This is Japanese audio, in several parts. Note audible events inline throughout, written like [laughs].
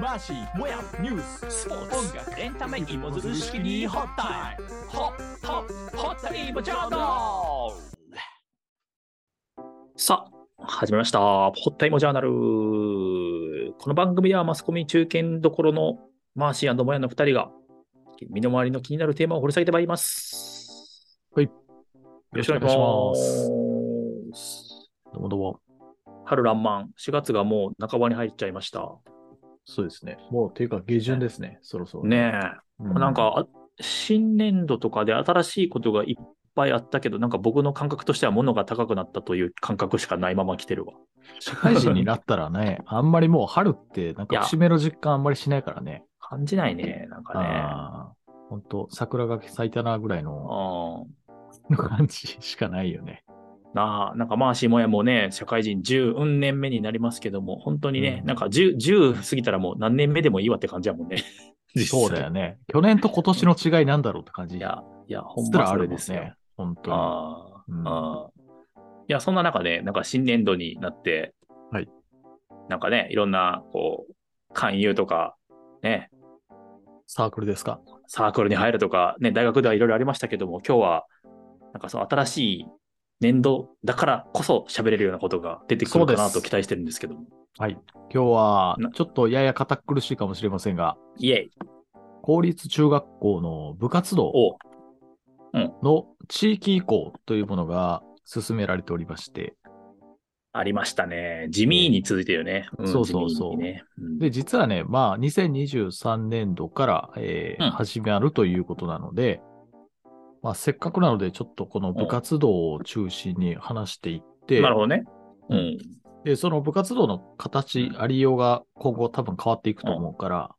マシモヤニューススポーツ音楽エンタメ芋づる式にホッタイムホッホッホッタイムジャーナルさあ、始めました。ホッタイモジャーナル。この番組はマスコミ中堅どころのマーシーモヤの2人が身の回りの気になるテーマを掘り下げてまいります。はいよろしくお願いします。どうもどうも。春らんまん、4月がもう半ばに入っちゃいました。そうですね。もう、ていうか、下旬ですね。そろそろ。ねうえ、なん、か、あ新年度とかで新しいことがいっぱいあったけど、なんか僕の感覚としては物が高くなったという感覚しかないまま来てるわ。社会人になったらね、 [laughs] あんまりもう春って、なんいやか節目の実感あんまりしないからね。感じないね、なんかね。ああ、ほんと、桜が咲いたなぐらいのうんの感じしかないよね。なあ、なんかマーシーもやもね、社会人10うん年目になりますけども、本当にね、うんなんか 10, 10過ぎたらもう何年目でもいいわって感じやもんね。そうだよね。去年と今年の違いなんだろうって感じ。 [laughs] いや、いや、ほんすらまあそれるでですすよ。ね。本当に。あうんあ、ああ。いや、そんな中で、なんか新年度になって、はい。なんかね、いろんな、こう、勧誘とか、ね、サークルですかサークルに入るとか、ね、大学ではいろいろありましたけども、今日は、なんかその新しい年度だからこそ喋れるようなことが出てくるそかうなですと期待してるんですけども。はい。今日はな、ちょっとやや堅苦しいかもしれませんが、イエイ公立中学校の部活動おの地域移行というものが進められておりまして、ありましたね。地味に続いてるよね。んそうそうそう地味にねうんで、実はね、まあ、2023年度から、えーうん始まるということなので、まあ、せっかくなので、ちょっとこの部活動を中心に話していって、なるほどね。うん。で、その部活動の形、ありようが今後多分変わっていくと思うから、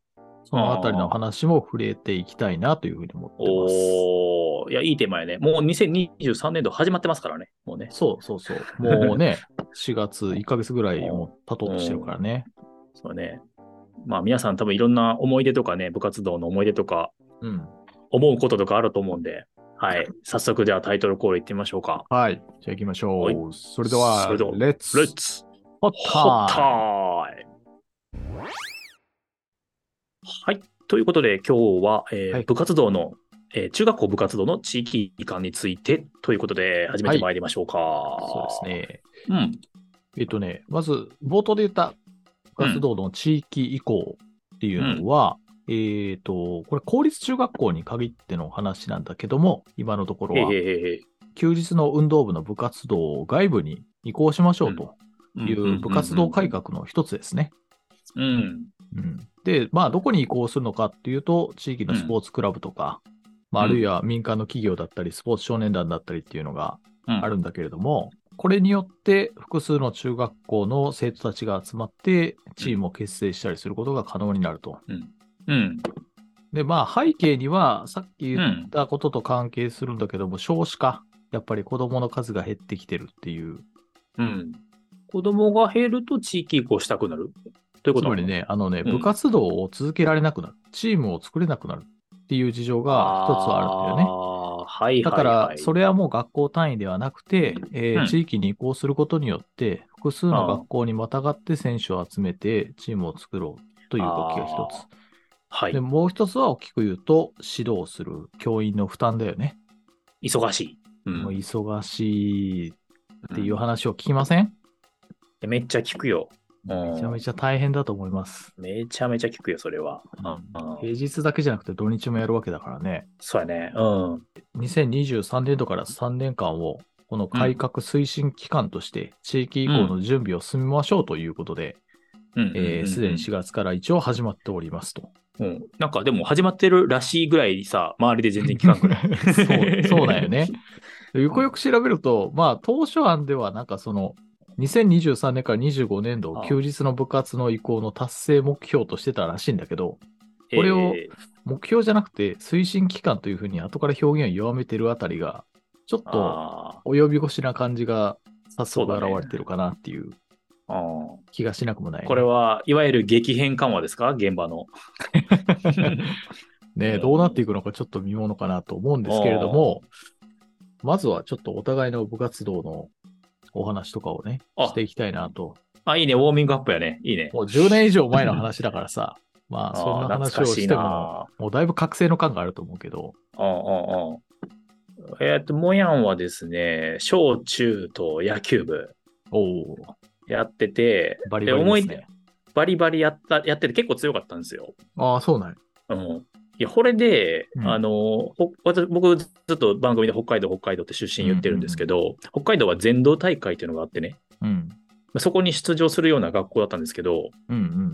そのあたりの話も触れていきたいなというふうに思ってます。おーいや、いいテーマやね。もう2023年度始まってますからね。もうね。そうそうそう。 [laughs] もうね、4月1ヶ月ぐらいも経とうとしてるからね。そうね。まあ皆さん多分いろんな思い出とかね、部活動の思い出とか、うん。思うこととかあると思うんで、はい。早速じゃあタイトルコールいってみましょうか。はい。じゃあ行きましょう。はいそれでは、それではレッツレッツホッホッタタイムイムはい。ということで、今日は、えーはい部活動の、えー中学校部活動の地域移管についてということで、始めてまいりましょうか。そうですね。ね。うん。えっとね、まず冒頭で言った部活動の地域移行っていうのは、えっと、これ公立中学校に限っての話なんだけども、今のところへーはへーへーへ休日の運動部の部活動を外部に移行しましょうとーいんんんう部活動改。革の一つですね。うん。うんで、まあ、どこに移行するのかっていうと、地域のスポーツクラブとか、まあ、あるいは民間の企業だったり、スポーツ少年団だったりっていうのがうんあるんだけれども、これによって複数の中学校の生徒たちが集まってチームを結成したりすることが可能になると。うん。で、まあ背景にはさっきう言っん。たことと関係するんだけども、少子化。やっぱり子供の数が減ってきてるっていう。うん。子供が減ると地域移行したくなるというこつとまなりのね、あのね、うん部活動を続けられなくなる。チームを作れなくなるっていう事情が一つあるんだよね。あーはいはいはい。だから、それはもう学校単位ではなくて、えーうん地域に移行することによって、複数の学校にまたがって選手を集めて、チームを作ろうという動きが一あつ。はいで、。もう一つは大きく言うと、指導する教員の負担だよね。忙しい。う。もうん忙しいっていう話を聞きません、めっちゃ聞くよ。うんめちゃめちゃ大変だと思います。めちゃめちゃ聞くよ、それは。ううんん。平日だけじゃなくて土日もやるわけだからね。そうやね。うん。 2023年度から3年間を、この改革推進期間として、地域移行の準備を進めましょうということで、うんえーすでに4月から一応始まっております [laughs] と。うん。なんかでも始まってるらしいぐらいさ、周りで全然聞かんくらい。 [laughs] そうそうだよね。よくよく調べると、まあ、当初案では、なんかその、2023年から25年度あ、あ休日の部活の移行の達成目標としてたらしいんだけど、 [laughs] えー。これを目標じゃなくて、推進期間というふうに後から表現を弱めてるあたりが、ちょっとあ及び腰な感じが、早速そうだね現れてるかなっていうーあ気がしなくもないね、ー。これはいわゆる激変緩和ですか現場の。ね、どうなっていくのかちょっと見ものかなと思うんですけれども、まずはちょっとお互いの部活動のお話とかをね、あしていきたいなと。あ、いいね。ウォーミングアップやね。いいね。もう10年以上前の話だからさ、まあ、あそんなー話を懐かししいてなも、あもうだいぶ覚醒の感があると思うけど、あああえっと、もやんはですね、小中と野球部おお、やってて、バリバリですでね。バリバリやった、やってて結構強かったんですよ。ああ、そうなんや。うん。いや、これで、うんあの、ほ私僕ずっと番組で北海道、北海道って出身言ってるんですけど、北海道は全道大会っていうのがあってね、うん。まあそこに出場するような学校だったんですけど、うんうん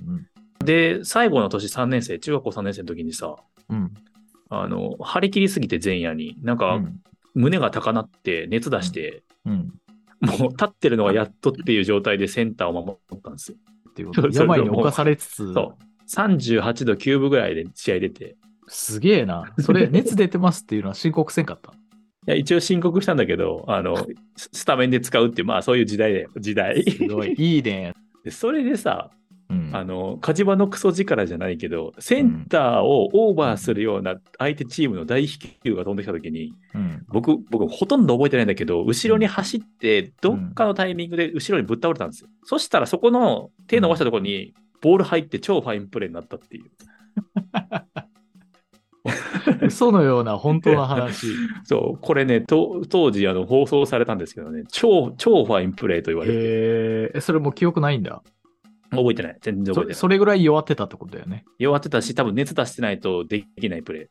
で、最後の年3年生、中学校3年生の時にさ、うん。うん。あの、張り切りすぎて前夜に、なんうかん胸が高鳴って熱出して、うん。もう立ってるのがやっとっていう状態でセンターを守ったんですよ。っていうことそうでそう病に侵されつつ、そう。38度9分ぐらいで試合出て、すげえな。それ、熱出てますっていうのは申告せんかった。いや一応申告したんだけど、あの、ススタメンで使うっていう、まあそういう時代 [laughs] だよ、時代。すごい、いいね。でそれでさ、うん。あの、火事場のクソ力じゃないけど、センターをオーバーするような相手チームの大飛球が飛んできたときに、うん、僕、僕、ほとんど覚えてないんだけど、後ろに走って、どっかのタイミングで後ろにぶっ倒れたんですよ。そしたら、そこの手伸ばしたところに、ボール入って超ファインプレーになったっていう。嘘のような本当の [laughs] 話。そう、これね、と当時あの放送されたんですけどね、超、超ファインプレーと言われて、へえ、それもう記憶ないんだ覚えてない。全然覚えそてない。それぐらい弱ってたってことだよね。弱ってたし、多分熱出してないとできないプレ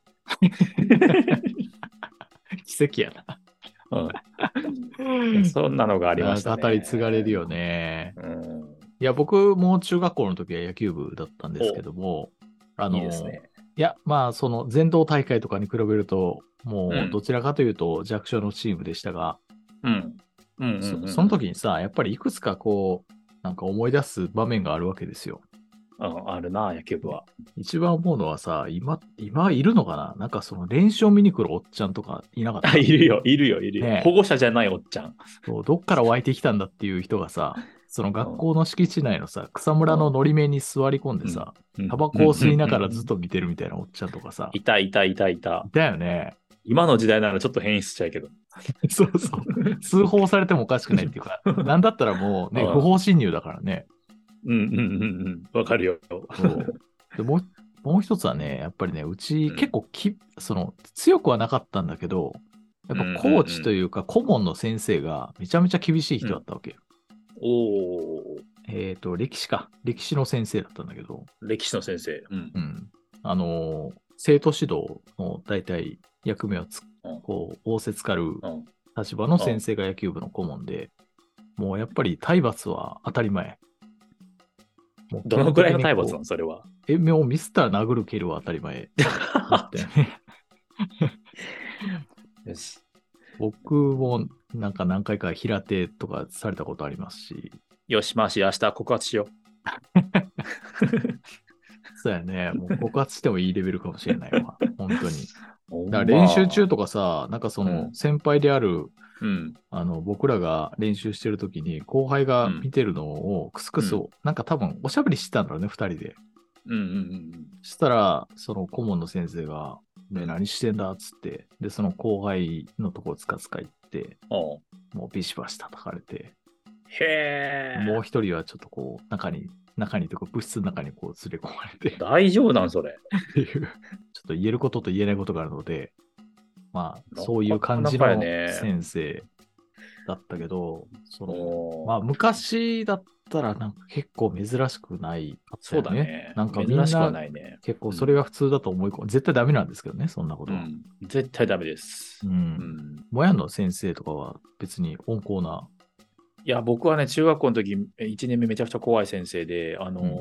奇跡やな。ー。うん、そんなのがありました、ね。語り継がれるよね。うん。いや、僕も中学校の時は野球部だったんですけども、あの、いいですね。いや、まあ、その全道大会とかに比べると、もうんうどちらかというと弱小のチームでしたが、うん。うんうんうんそその時にさ、やっぱりいくつかこう、なんか思い出す場面があるわけですよ。うん、あるな、野球部は。 [laughs] 一番思うのはさ、今、今いるのかななんかその練習を見に来るおっちゃんとかいなかったあ、 [laughs] いるよ、いるよ、いるよ。ねえ保護者じゃないおっちゃん。そうどっから湧いてきたんだっていう人がさ、その学校の敷地内のさ、草むらののり面に座り込んでさ、タバコを吸いながらずっと。と見てるみたいなおっちゃんとかさ、いた、いた、いた、いた。だよね。今の時代ならちょっと変質しちゃうけど。そうそう。通報されてもおかしくないっていうか、なんだったらもうね、うん不法侵入だからね。うんうんうんうん。わかるよ。そうでもうもう一つはね、やっぱりね、うち結構き、その強くはなかったんだけど、やっぱコーチというか顧問の先生がめちゃめちゃ厳しい人だったわけよ。 [laughs] おーえっ、と、歴史か。歴史の先生だったんだけど、歴史の先生。うんう。ん。あのー生徒指導の大体役目をつうんこう、仰せつかるうん立場の先生が野球部の顧問で、もうやっぱり体罰は当たり前。もうどのくらいの体罰基な本のそれは。的にこうえ、もうミスったら殴る蹴るは当たり [laughs] 前。だったよねよし。僕もなんか何回か平手とかされたことありますし、よし、マーシー、明日告発しよそうやね、もう告発してもいいレベルかもしれない [laughs] わ、本当に。う。だから練習中と。とかさ、なんかそうのん先輩である、うん。あの僕らが練習してるときに後輩が見てるのをクスクス、うんなんか多分おしゃべりしてたんだろうね、2人で。うんうんうんしたら、その顧問の先生が、ね、うん何してんだっつって、で、その後輩のとこつかつか行って、うん。おうもうビシバシ叩かれて、へえ。もう一人はちょっとこう、中に、中にというか部室の中にこう連れ込まれて大丈夫なんそれ。っていう、ちょっと言えることと言えないことがあるので、まあ、そういう感じなかのなかやね先生だったけど、その、おーまあ、昔だったらなんか結構珍しくない、そうだ。ね。なんかみんな珍しくはないね。結構それが普通だと思い込む、絶対ダメなんですけどね、そんなこうとは。ん。絶対ダメです。ううんん。もやの先生とかは別に温厚な。いや、僕はね、中学校の時、1年目めちゃくちゃ怖い先生で、あのーうん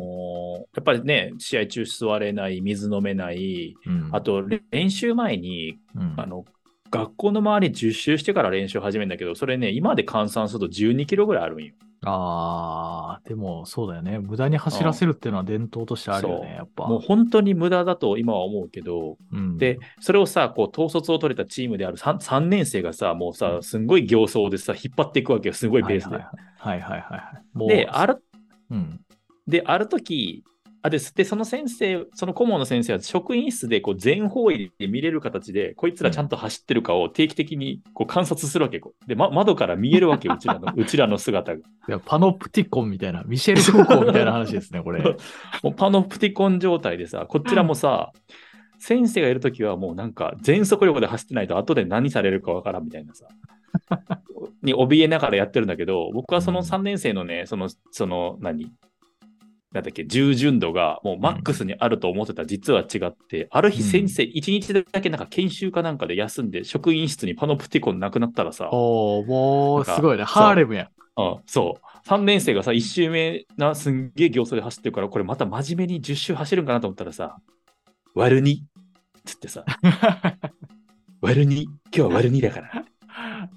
やっぱりね、試合中座れない、水飲めない、うんあ、とれ練習前に、うんあの、学校の周り10周してから練習始めるんだけど、それね、今で換算すると12キロぐらいあるんよ。あーでもそうだよね。無駄に走らせるっていうのは伝統としてあるよそうね、やっぱ。もう本当に無駄だと今は思うけど、うんで、それをさ、こう、統率を取れたチームである 3, 3年生がさ、もうさ、すんごい形相でさ、引っ張っていくわけよ、すごいペースで。はいはいはいはいはい。もうで、あるうん。で、ある時、あです。で、その先生、その顧問の先生は職員室でこう全方位で見れる形で、こいつらちゃんと走ってるかを定期的にこう観察するわけ。こうで、ま、窓から見えるわけ、うち [laughs] らのうちらの姿が。いや、パノプティコンみたいな、ミシェル・フォコーみたいな話ですね、こ [laughs] れ。もうパノプティコン状態でさ、こちらもさ、先生がいるときはもうなんか全速力で走ってないと後で何されるかわからんみたいなさ。に怯えながらやってるんだけど、僕はその3年生のね、その、その何、なんだっけ、従順度がもうマックスにあると思ってた、実は違って、ある日先生、1日だけなんか研修かなんかで休んで、職員室にパノプティコンなくなったらさ、おおもう、すごいね。ハーレムやん。うん、そう。3年生がさ、1周目な、すんげえ行走で走ってるから、これまた真面目に10周走るんかなと思ったらさ、割る2つっ [laughs] てさ、割る2、今日は割る2だから。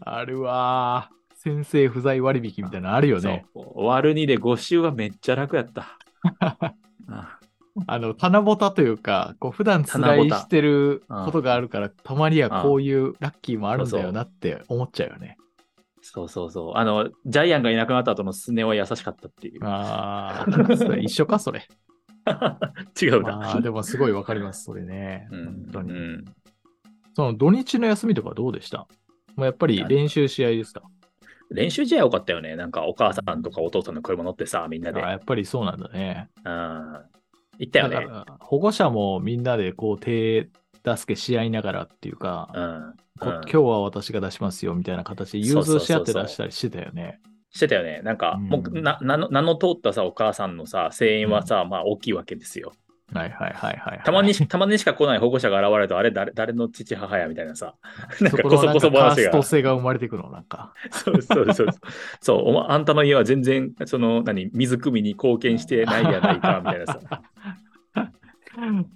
あるわー。先生不在割引みたいなのあるよね。そう割る2で5周はめっちゃ楽やった。 [laughs] ああの、棚ぼたというか、こう普段つらいしてることがあるから、たまにはこういうラッキーもあるんだよなって思っちゃうよね。そうそうそう。あの、ジャイアンがいなくなった後のスネは優しかったっていう。ああ、それ一緒か、それ。違うあな。ーでもすごいわかります、それね。 [laughs] うん本当に。うんその土日の休みとかどうでしたもうやっぱり練習試合ですか練習試合多かったよね。なんかお母さんとかお父さんの車乗ってさ、みんあなーで。うん。やっぱりそうなんだね。行ったよねだ。から保護者もみんなでこう手助けし合いながらっていうか、うん。こうん今日は私が出しますよみたいな形で融通し合って出したりしてたよね。してたよね。なんか、うんもうな名の、名の通ったさ、お母さんのさ、声援はさ、まあ大きいわけですよ。はいはいはいはいはい。たまにし、たまにしか来ない保護者が現れると、あれ誰、誰の父母やみたいなさ、なんそかここのそなんこかそカー話スがト。性が生まれてくの、なんか。そうそうそう。そうおま、あんたの家は全然、その、何、水汲みに貢献してないやないか、みたい [laughs] なさ。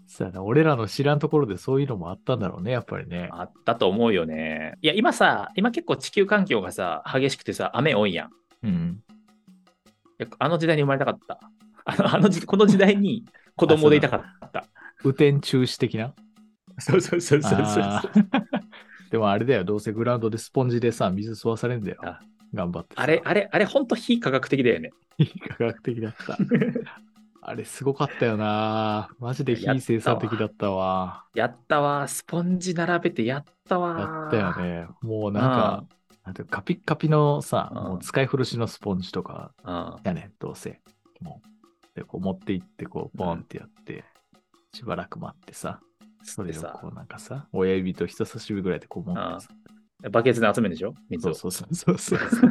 そうやな俺らの知らんところでそういうのもあったんだろうね、やっぱりね。あったと思うよね。いや、今さ、今結構地球環境がさ、激しくてさ、雨多いやん。いうん。やあの時代に生まれたかった。あの、あの時この時代に子供でいたかった。雨天中止的な。そうそう [laughs] そうそうそうあー [laughs] でもあれだよ、どうせグラウンドでスポンジでさ、水吸わされんだよあ。頑張ってさ。あれ、あれ、あれ、ほんと非科学的だよね。科学的だ [laughs] った。あれすごかったよな。マジで非生産的だったわ。やったわー、スポンジ並べてやったわー。やったよね。もうなんか、なんていうかカピッカピのさ、うんもう使い古しのスポンジとかうん。やねん、どうせ。もうで、こう持って行って、こう、ボンってやって、しばらく待ってさ、それでをさこうなんかさ、親指と人差し指ぐらいでこう持ってさ、バケツで集めるでしょ水そをう。そうそうそう [laughs] そう。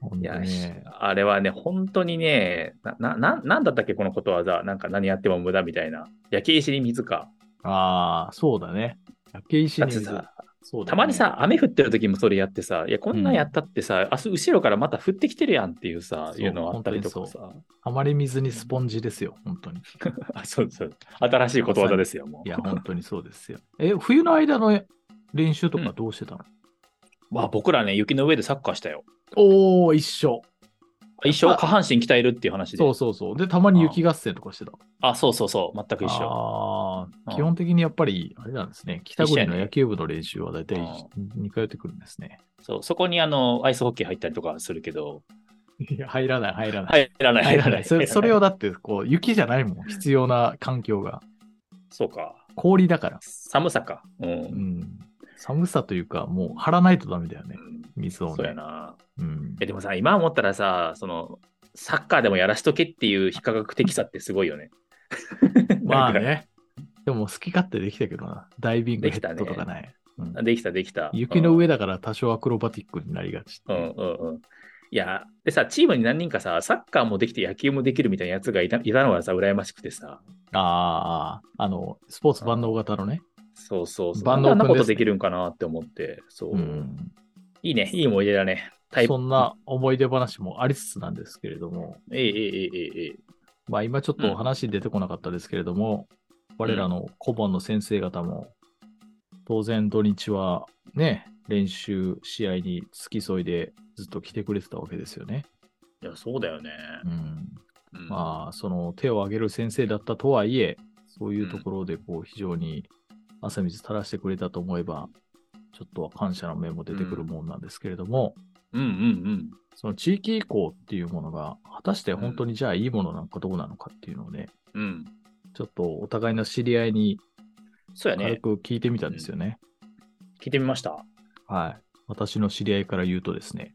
ほんいとや、ね、あれはね、本当にね、な、な、ななんだったっけ、このことわざ。なんか何やっても無駄みたいな。焼け石に水か。ああ、そうだね。焼け石だにって水さ、そうだねたまに、さ、雨降ってる時もそれやってさ、いや、こんなんやったってさ、明日後ろからまた降ってきてるやんっていうさ、そういうのあったりとかさ。あまり水にスポンジですよ、本当に。あ [laughs] そうそう。新しいことわざですよ、もう。いや、本当にそうですよ。え、冬の間の練習とかどうしてたの、まあ僕らね、雪の上でサッカーしたよ。おー、一緒。一生下半身鍛えるっていう話で。そうそうそう。で、たまに雪合戦とかしてた。あ、そうそうそう。全く一緒。あーうん基本的にやっぱり、あれなんですね。北一緒国やねの野球部の練習は大体2回やってくるんですね。そうそこにあの、アイスホッケー入ったりとかするけど、いや、入らない、入らない。入らない、入らない。それそれを。をだって、こう、雪じゃないもん。必要な環境が。そうか。氷だから。寒さか。うん。うん。寒さというか、もう張らないとダメだよね。水をね。そうやな。 [laughs] うんえ、でもさ、今思ったらさ、その、サッカーでもやらしとけっていう非科学的さってすごいよね。まあね。でも好き勝手できたけどな。ダイビングヘッドとかない。うんできた、できた。雪の上だから多少アクロバティックになりがち。うんうんうん。いや、でさ、チームに何人かさ、サッカーもできて野球もできるみたいなやつがいたいたのはさ、羨ましくてさ、ああ、あの、スポーツ万能型のね。そうそうそう、万なんで能あ君んなことですねできるんかなって思って、そう、うんいいね、いい思い出だね。タイプそんな思い出話もありつつなんですけれども、ええええええええまあ今ちょっとお話出てこなかったですけれども、我らの顧問の先生方も、当然土日はね、練習、試合に付き添いでずっと来てくれてたわけですよね。いや、そうだよね。うん、うんまあ、その手を挙げる先生だったとはいえ、そういうところでこう非常に汗水垂らしてくれたと思えば、ちょっとは感謝の面も出てくるもんなんですけれども、うんうんその地域移行っていうものが、果たして本当にじゃあいいものなのかどうなのかっていうのをね、うん。うん。ちょっとお互いの知り合いにそうや軽ね。く聞いてみたんですよね。聞いてみました。はい。私の知り合いから言うとですね、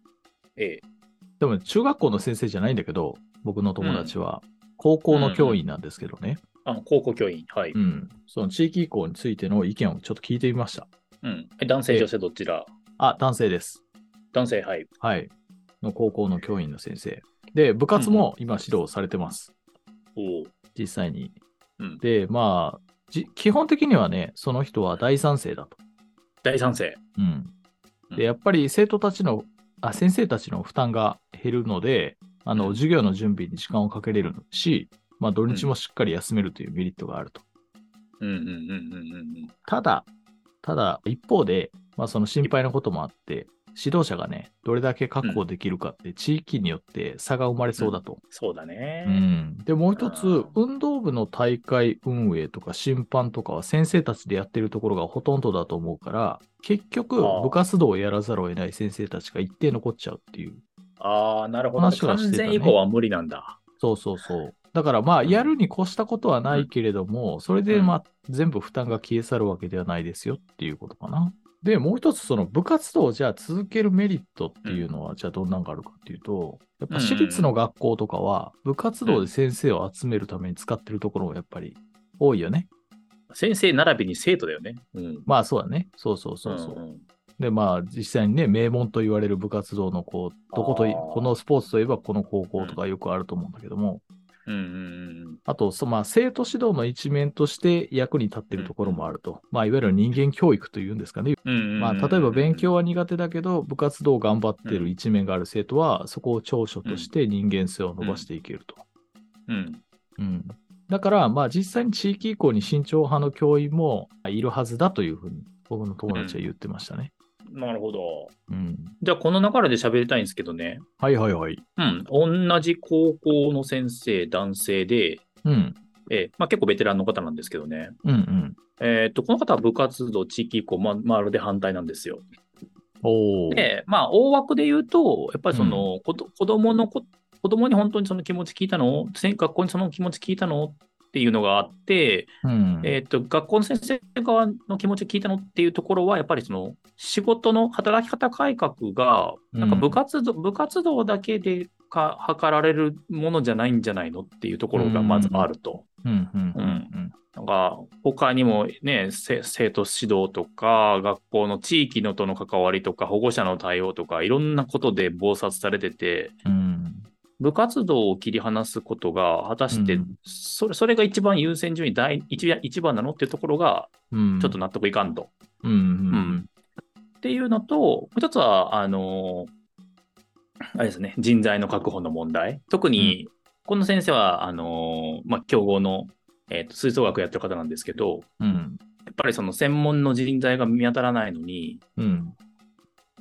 ええ。でも中学校の先生じゃないんだけど、僕の友達は高校の教員なんですけどね、あの高校教員。はい。うんその地域移行についての意見をちょっと聞いてみました。うん。え男性、ええ女性、どちらあ、男性です。男性、はい。はい。の高校の教員の先生。で、部活も今指導されてます。おう実際に。うんで、まあ、じ基本的にはね、その人は大賛成だと。大賛成。うん。うんで、やっぱり生徒たちの、あ、先生たちの負担が減るので、あの、うん授業の準備に時間をかけれるし、まあ、土日もしっかり休めるというメリットがあると。うんうんうんうんうんただ、ただ、一方で、まあ、その心配なこともあって、指導者がね、どれだけ確保できるかって、地域によって差が生まれそうだと。そうだね。うん、でもう一つ、うん運動部の大会運営とか審判とかは先生たちでやってるところがほとんどだと思うから結局ああ部活動をやらざるを得ない先生たちが一定残っちゃうっていうああ、なるほど、話はしてた完ね全以降は無理なんだ。そうそうそうだからまあうんやるに越したことはないけれども、それでまあ全部負担が消え去るわけではないですよっていうことかなでもう一つその部活動をじゃあ続けるメリットっていうのはじゃあどんなんがあるかっていうとやっぱ私立の学校とかは部活動で先生を集めるために使ってるところもやっぱり多いよね先生並びに生徒だよね。うん。まあそうだね。そうそうそうそう。んんでまあ実際にね、名門と言われる部活動のこう、どこといあーこのスポーツといえばこの高校とかよくあると思うんだけども、うんうんうん。あとそ、まあ生徒指導の一面として役に立ってるところもあると。まあいわゆる人間教育というんですかね。うんうんうんまあ例えば勉強は苦手だけど、部活動を頑張ってる一面がある生徒は、そこを長所として人間性を伸ばしていけると。うん。うん。だから、まあ実際に地域移行に慎重派の教員もいるはずだというふうに、僕の友達は言ってましたね。なるほど。うんじゃあ、この流れで喋りたいんですけどね。はいはいはい。うん。同じ高校の先生、男性で、うん。えーまあ、結構ベテランの方なんですけどね。うんうん。えーっと、この方は部活動、地域移行、ま、まるで反対なんですよ。おお。で、まあ、大枠で言うと、やっぱりその、こど子供のこ、子供に本当にその気持ち聞いたの先学校にその気持ち聞いたのっていうのがあって、うん。えーっと、学校の先生側の気持ち聞いたのっていうところは、やっぱりその、仕事の働き方改革が、なんか部活動、部活動だけでか、測られるものじゃないんじゃないのっていうところがまずあると。うんうんうんうん。なんか他にもね、せ生徒指導とか、学校の地域のとの関わりとか、保護者の対応とか、いろんなことで忙殺されてて、うん。部活動を切り離すことが、果たしてうんそれ、それが一番優先順位第一、一番なのっていうところが、うん。ちょっと。納得いかんと。うんうんっていうのと、もう一つは、あのあれですね、人材の確保の問題。特に、この先生は、あのまあ、競合の、えーと吹奏楽やってる方なんですけど、うん。うん。やっぱりその専門の人材が見当たらないのに、うん。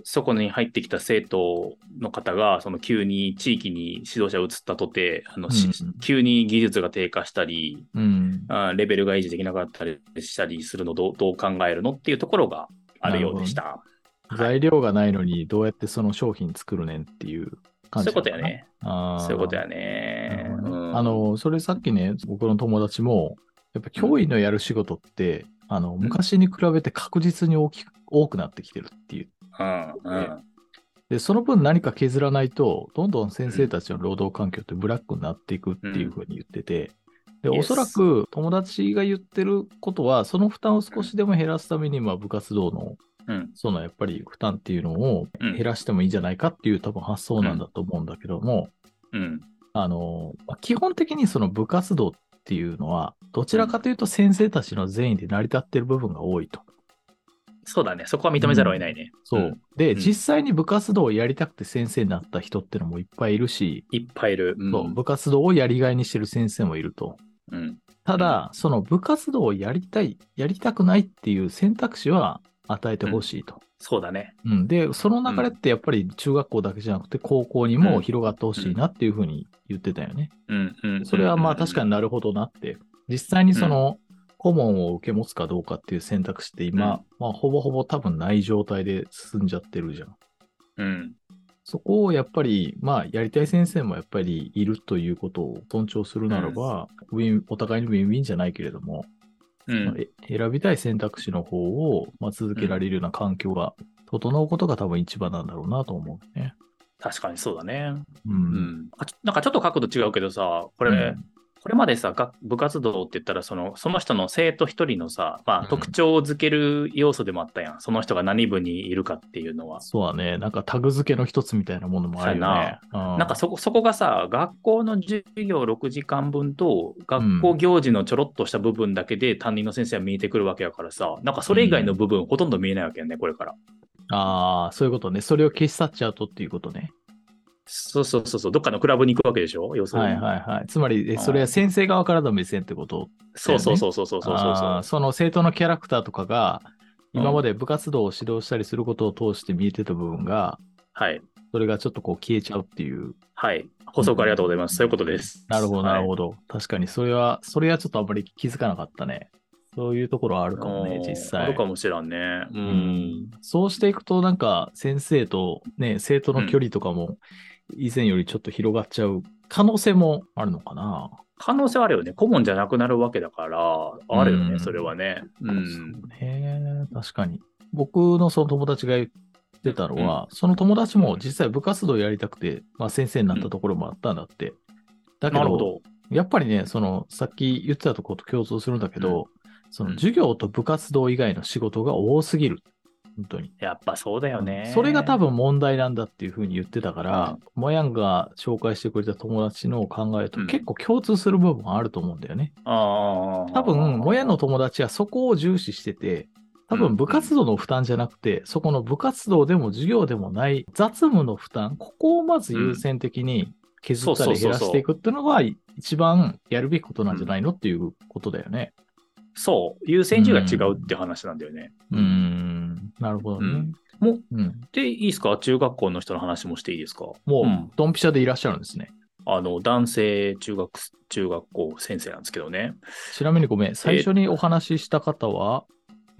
そこに入ってきた生徒の方が、その急に地域に指導者移ったとて、あのしうん急に技術が低下したり、うん。あーレベルが維持できなかったりしたりするのどうどう考えるのっていうところがあるようでした。材料がないのに、どうやってその商品作るねんっていうそ感ういじうことや。ね。ああ。そういうことやね。うんあ、の、それさっきね、僕の友達も、やっぱ教員のやる仕事って、あの、昔に比べて確実に大きく、多くなってきてるっていう。うんうんで、その分何か削らないと、どんどん先生たちの労働環境ってブラックになっていくっていうふうに言ってて、で、 Yes おそらく友達が言ってることは、その負担を少しでも減らすために、まあ部活動の、うんそのやっぱり負担っていうのをうん減らしてもいいんじゃないかっていう多分発想なんだと思うんだけども、うんあの、まあ基本的にその部活動っていうのは、どちらかというと先生たちの善意で成り立ってる部分が多いと。そうだね。そこは認めざるを得ないね。そう。んで、うん実際に部活動をやりたくて先生になった人ってのもいっぱいいるし、いっぱいいる。うんそう部活動をやりがいにしてる先生もいると。うんただ、その部活動をやりたい、やりたくないっていう選択肢は与えてほしいと。そうだね。うんで、その流れってやっぱり中学校だけじゃなくて高校にも広がってほしいなっていうふうに言ってたよね。うんうんそれはまあ確かになるほどなって。実際にその顧問を受け持つかどうかっていう選択肢って今、まあほぼほぼ多分ない状態で進んじゃってるじゃん。うんそこをやっぱり、まあ、やりたい先生もやっぱりいるということを尊重するならば、ウィンお互いにウィンウィンじゃないけれども、うんまあえ選びたい選択肢の方を、まあ、続けられるような環境が整うことが多分一番なんだろうなと思うね。確かにそうだね。う。うんん。あちょなんかちょっと角度違うけどさ、これ、うんこれまでさ、学部活動って言ったらその、その人の生徒一人のさ、まうあ、ん特徴を付ける要素でもあったやん。その人が何部にいるかっていうのは。そうだね。なんかタグ付けの一つみたいなものもあるよね。ななんかそこそこがさ、学校の授業6時間分と、学校行事のちょろっとした部分だけで担任の先生は見えてくるわけやからさ、なんかそれ以外の部分、ほとんど見えないわけやね、これから。ああ、そういうことね。それを消し去っちゃうとっていうことね。そうそうそうそう、どっかのクラブに行くわけでしょ、要するに。はいはいはい。つまり、えあーそれは先生側からの目線ってこと。そうそうそうそうそうそうそうあーその生徒のキャラクターとかが、今まで部活動を指導したりすることを通して見えてた部分が、はい。それがちょっとこう消えちゃうっていう。はい。補足ありがとうございます。そういうことです。なるほど、なるど。ほど。確かに、それは、それはちょっとあんまり気づかなかったね。そういうところはあるかもね、うん実あ際る。かもしらんね。う。うんんそうしていくと、なんか先生と、ね、生徒の距離とかも以前よりちょっと広がっちゃう可能性もあるのかな。可能性はあるよね。顧問じゃなくなるわけだから、あるようんね、それはね。うん。そうね、確かに。僕のその友達が言ってたのは、その友達も実際部活動やりたくて、まあ、先生になったところもあったんだって。だけなるどほど。やっぱりね、そのさっき言ってたところと共通するんだけど、その授業と部活動以外の仕事が多すぎる。本当に。やっぱそうだよね。それが多分問題なんだっていうふうに言ってたから、モヤンが紹介してくれた友達の考えとうん結構共通する部分はあると思うんだよね。あー、多分、モヤンの友達はそこを重視してて、多う分ん部活動の負担じゃなくて、そこの部活動でも授業でもない雑務の負担、ここをまず優先的に削ったそうそうそうりそう減らしていくっていうのが一番やるべきことなんじゃないのっていうことだよね。そう、優先順位が違うって話なんだよね。うーん、なるほどね。うんもうんで、いいですか中学校の人の話もしていいですかもうんう、ドンピシャでいらっしゃるんですね。あの、男性中学、中学校先生なんですけどね。ちなみにごめん、最初にお話しした方は、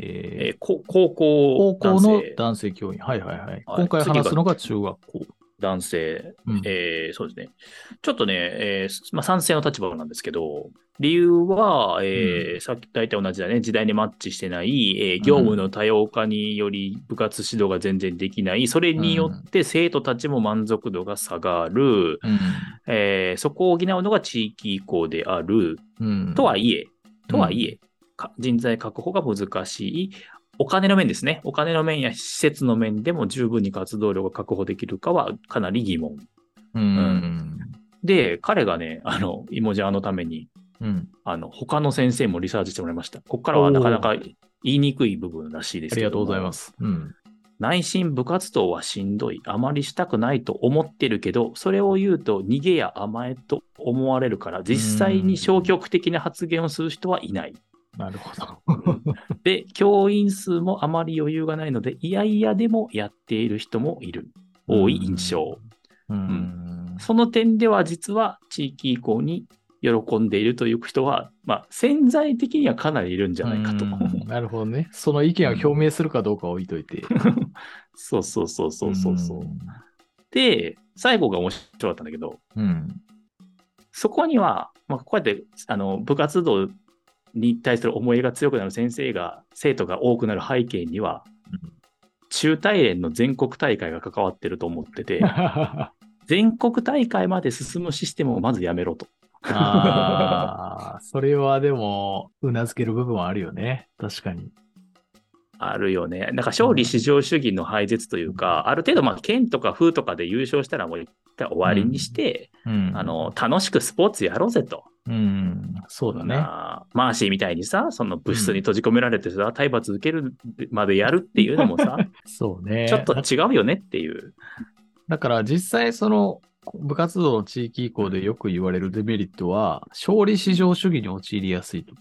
えーえーこ高高校校男の性、男性教員。はいはいはい。はい今回話すのが中学校。男性うんえーそうですね。ちょっとね、えーすまあ、賛成の立場なんですけど、理由は、えーさっき大体同じだね、時代にマッチしてない、えー業務の多様化により部活指導が全然できない、それによって生徒たちも満足度が下がる、うんえーそこを補うのが地域移行である、うんとはいえ、とはいえ、か人材確保が難しい。お金の面ですね。お金の面や施設の面でも十分に活動量が確保できるかはかなり疑問。うん。で、彼がね、あの、イモジャーのために、うん。あの、他の先生もリサーチしてもらいました。ここからはなかなか言いにくい部分らしいですあけりど。がとうございますす。うん。内心部活動はしんどい。あまりしたくないと思ってるけど、それを言うと逃げや甘えと思われるから、実際に消極的な発言をする人は [laughs] いない。なるほど。で、教員数もあまり余裕がないので、いやいやでもやっている人もいる。多い印象。うん。その点では実は地域移行に喜んでいるという人は、まあ、潜在的にはかなりいるんじゃないかと。うんなるほどね。その意見を表明するかどうかは置いといて。 [laughs] そうそうそうそうそうそう。んで、最後が面白かったんだけど、うん。そこには、まあ、こうやってあの部活動に対する思い入れが強くなる先生が、生徒が多くなる背景には、うん中大連の全国大会が関わってると思っ [laughs] てて、全国大会まで進むシステムをまずやめろと。ああ、それはでも、うなずける部分はあるよね。確かに。あるよね。なんか勝利至上主義の廃絶というか、ある程度、まあ、県とか風とかで優勝したらもう一回終わりにして、うんあ、の、楽しくスポーツやろうぜと。うん。そうだね。なあマーシーみたいにさ、その部室に閉じ込められてさ、体罰受けるまでやるっていうのもさ、そう [laughs] ね。 [laughs] ちょっと違うよねっていう。だから実際その部活動の地域移行でよく言われるデメリットは、勝利至上主義に陥りやすいと。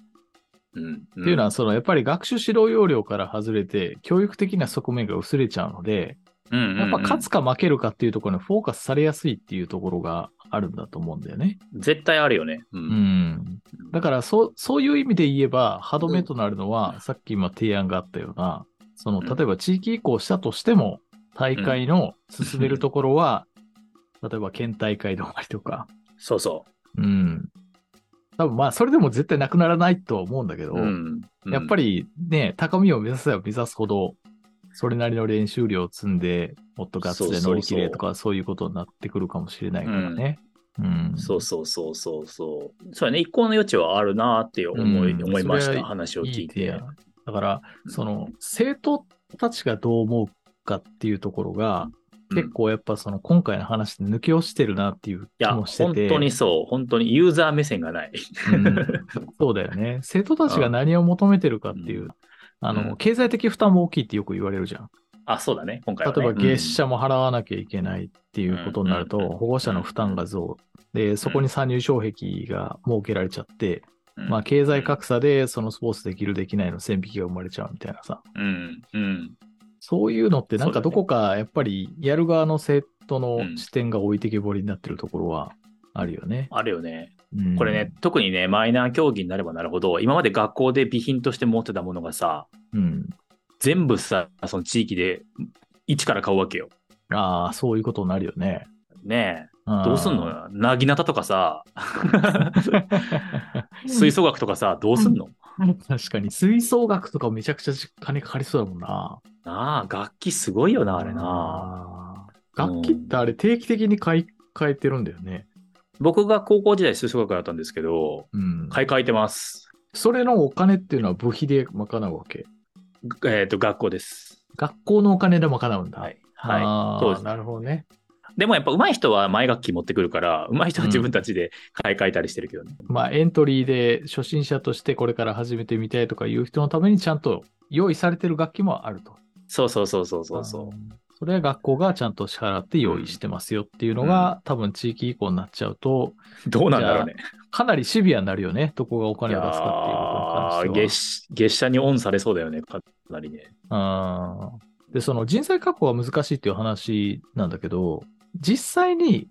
うん、っっていうのは、そのやっぱり学習指導要領から外れて、教育的な側面が薄れちゃうので、うん、うんうんうんやっぱ勝つか負けるかっていうところにフォーカスされやすいっていうところがあるんだと思うんだよね。絶対あるよね。う。うんん。だからそう、そういう意味で言えば、歯止めとなるのは、さっき今提案があったような、その、うん例えば地域移行したとしても、大会の進めるところは、 [laughs] 例えば県大会止まりとか、そうそうん。多分まあ、それでも絶対なくならないとは思うんだけど、う。ん。やっぱり、りね、高みを目指せば目指すほど、それなりの練習量を積んで、もっとガッツで乗り切れとか、そういうことになってくるかもしれないからね。うん。そうそうそうそうそう。そうやね、一向の余地はあるなっていう思い、うん思いましそれた、は話を聞いいいて提。案だから、その、生徒たちがどう思うかっていうところが、うん結構やっぱその今回の話で抜け落ちてるなっていうい気や、もして本て。当にそう、本当にユーザー目線がない。うんそうだよね。生徒たちが何を求めてるかっていう、うんあうんの、経済的負担も大きいってよく言われるじゃん。あ、そうだね、今回例は、えね。ば月謝も払わなきゃいけないっていうことになると、うん保護者の負担が増。で、そこに参入障壁が設けられちゃって、うんまあ、経済格差でそのスポーツできるできないの線引きが生まれちゃうみたいなさ。うん、うん。そういうのってなんそかうだどねこかやっぱりやる側の生徒うんの視点が置いてけぼりになってるところはあるよね。あるよね。うんこれね、、特にね、マイナー競技になればなるほど、今まで学校で備品として持ってたものがさ、うん。全部さ、その地域で一から買うわけよ。ああ、そういうことになるよね。ねえ、どどうすんのよなぎなたとかさ、吹奏楽とかさ、どうすんの確かに、吹奏楽とかめちゃくちゃ金かかりそうだもんな。なあ、楽器すごいよな、あれな。あー楽器ってあれ定期的に買い替えてるんだよね。僕が高校時代吹奏楽だったんですけど、うん。買い替えてます。それのお金っていうのは部費で賄うわけ。えっ、と、学校です。学校のお金で賄うんだ。はい。はい。あーそうですなるほどね。でもやっぱ上手い人は前楽器持ってくるから、上手い人は自分たちで買い替えたりしてるけどね。まあ、エントリーで初心者としてこれから始めてみたいとかいう人のためにちゃんと用意されてる楽器もあると。そうそうそうそうそうそう。それは学校がちゃんと支払って用意してますよっていうのが、多分地域移行になっちゃうと、どうなんだろうね。かなりシビアになるよね、どこがお金を出すかっていうことにいやー関しては。月月謝にオンされそうだよね、かなりね。あーで、その人材確保が難しいっていう話なんだけど、実際に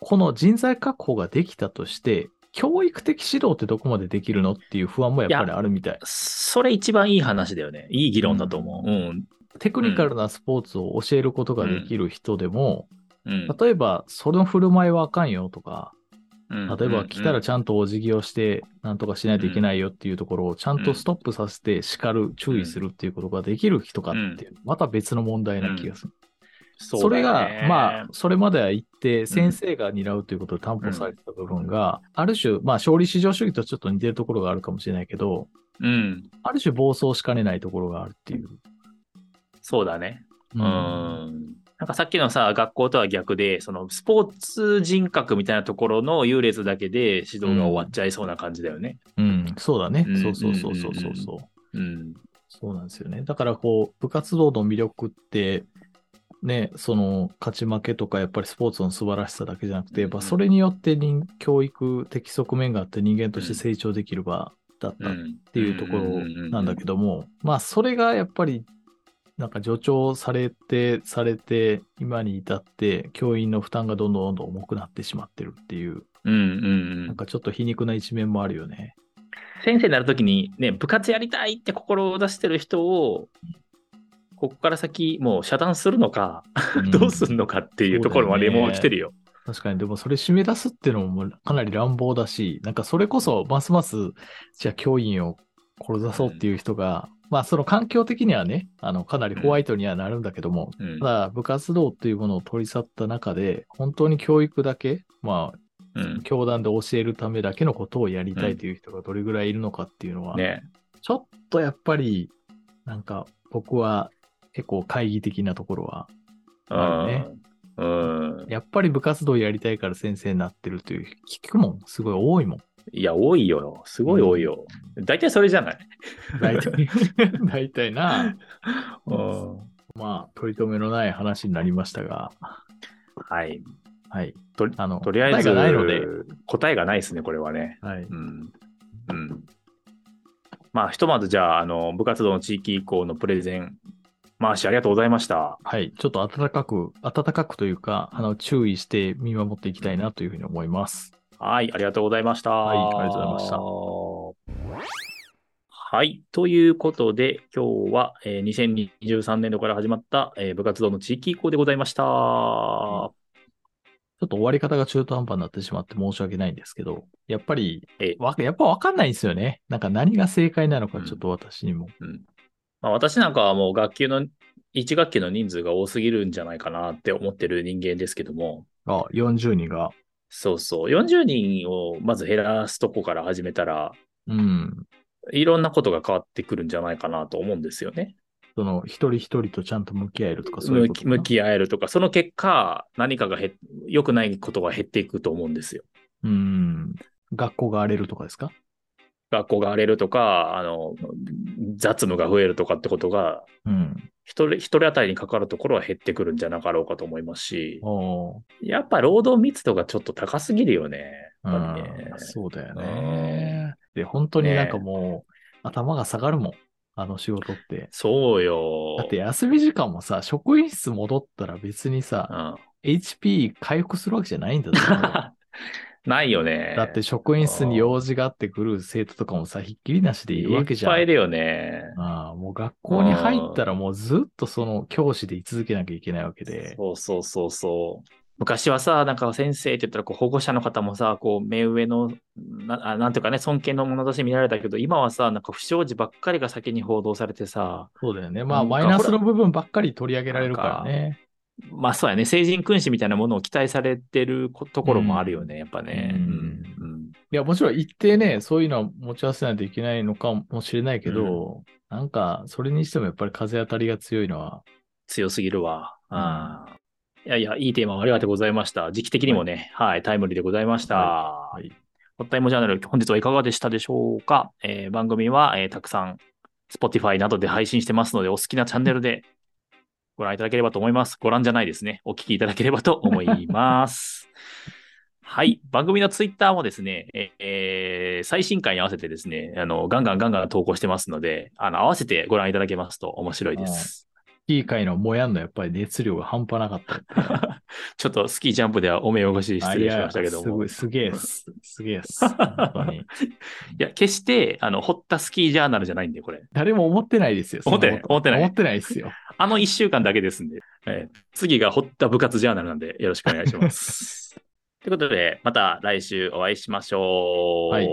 この人材確保ができたとして、教育的指導ってどこまでできるのっていう不安もやっぱりあるみたい。それ一番いい話だよね。いい議論だと思う。うん。テクニカルなスポーツを教えることができる人でも、うん。例えば、その振る舞いはあかんよとか、うん例えば来たらちゃんとお辞儀をして、なんとかしないといけないよっていうところをちゃんとストップさせて叱る、注意するっていうことができる人かっていう、また別の問題な気がする。それが、まあ、、それまでは言って、先生が担うということで担保されてた部分が、ある種、まあ、勝利至上主義とちょっと似てるところがあるかもしれないけど、うんうん。ある種暴走しかねないところがあるっていう。そうだね。ううん。なんかさっきのさ、学校とは逆で、そのスポーツ人格みたいなところの優劣だけで指導が終わっちゃいそうな感じだよね。うん、そうだねうん。そうそうそうそうそうそう。うん。そうなんですよね。だからこう、部活動の魅力って、ね、その勝ち負けとかやっぱりスポーツの素晴らしさだけじゃなくて、やっぱそれによって人教育的側面があって人間として成長できる場だったっっていうところなんだけども、まあそれがやっぱりなんか助長されて、されて、今に至って教員の負担がどんどんどんどん重くなってしまってるっていう、うんうんうんなんかちょっと皮肉な一面もあるよね。先生になるときに、ね、部活やりたいって心を出してる人を、ここから先、もう遮断するのか、どうすんるのかっていうところまでそうだよねもう来てるよ。確かに、でもそれ締め出すっていうのもかなり乱暴だし、なんかそれこそますます、じゃあ教員を志そうっていう人が、まあその環境的にはね、あのかなりホワイトにはなるんだけども、うんただ部活動というものを取り去った中で、本当に教育だけ、まあうん教団で教えるためだけのことをやりたいという人がどれぐらいいるのかっていうのは、ね、ちょっとやっぱり、なんか僕は結構懐疑的なところはあるねうんうん。やっぱり部活動やりたいから先生になってるという聞くもん、すごい多いもん。いや、多いよ。すごい多いよ。大体それじゃない。大体、 [laughs] 大体な。うんまあ、取り留めのない話になりましたが、はい。はい。とあの、とりあえず、答がないので、答えがないですね、これはね。はい。うん。うん。まあ、ひとまずじゃあ、あの、部活動の地域移行のプレゼン、マーシーありがとうございました。はい。ちょっと暖かく、暖かくというか、あの、注意して見守っていきたいなというふうに思います。はい、ありがとうございました。はいありがとうございましたははい。ということで、今日は、えー2023年度から始まった、えー部活動の地域移行でございました。ちょっと終わり方が中途半端になってしまって申し訳ないんですけど、やっぱりえ、わやっぱわかんないんですよね。なんか何が正解なのか、うんちょっと私にも。まあ、私なんかはもう学級の、1学級の人数が多すぎるんじゃないかなって思ってる人間ですけども、あ、40人が。そうそう、40人をまず減らすとこから始めたら、うん。いろんなことが変わってくるんじゃないかなと思うんですよね。その、一人一人とちゃんと向き合えるとか、そういうこと向きかな向き合えるとか、その結果、何かが減っ良くないことが減っていくと思うんですよ。うん。学校が荒れるとかですか学校が荒れるとか、あの、雑務が増えるとかってことが、うん。一人、一人当たりにかかるところは減ってくるんじゃなかろうかと思いますし、おーやっぱ労働密度がちょっと高すぎるよね。やっぱりねうんそうだよね。で、本当になんかもう、頭が下がるもん。あの仕事って。そうよ。だって休み時間もさ、職員室戻ったら別にうさ、ん HP 回復するわけじゃないんだぞ。 [laughs] ないよね。だって職員室に用事があってくる生徒とかもさ、ひっきりなしでいるわけじゃいっぱいん。だよね。ああもう学校に入ったらもうずっとその教師で居続けなきゃいけないわけで。そうそうそうそう。昔はさ、なんか先生って言ったらこう保護者の方もさ、こう目上のな、あなんていうかね、尊敬の者として見られたけど、今はさ、なんか不祥事ばっかりが先に報道されてさ、そうだよね。まあなんかマイナスの部分ばっかり取り上げられるからね。まあそうやね、成人君子みたいなものを期待されてることころもあるよね、やっぱね。うんうんいや、もちろん一定ね、そういうのは持ち合わせないといけないのかもしれないけど、なんか、それにしてもやっぱり風当たりが強いのは、強すぎるわ。ああいやいや、いいテーマをありがとうございました。時期的にもね、はい、タイムリーでございました。ははいホッタイムジャーナル、本日はいかがでしたでしょうか、えー番組は、えーたくさん Spotify などで配信してますので、お好きなチャンネルでご覧いただければと思います。ご覧じゃないですね。お聞きいただければと思います。はい。番組のツイッターもですね、ええー最新回に合わせてですね、あの、ガンガンガンガン投稿してますので、あの、合わせてご覧いただけますと面白いです。いい回のもやんのやっぱり熱量が半端なかった。ちょっとスキージャンプではお目汚し失礼しましたけどあいも。いやすごい、すげえっす。すげえっす。本当に。や、決して、あの、掘ったスキージャーナルじゃないんで、これ。 [laughs] 誰も思ってないですよ。思ってない [laughs] そんこと思ってない思ってないですよ。あの1週間だけですんで。えー次が掘った部活ジャーナルなんで、よろしくお願い [laughs] します。ということで、また来週お会いしましょう。はい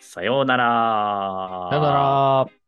さようなら。さよなら。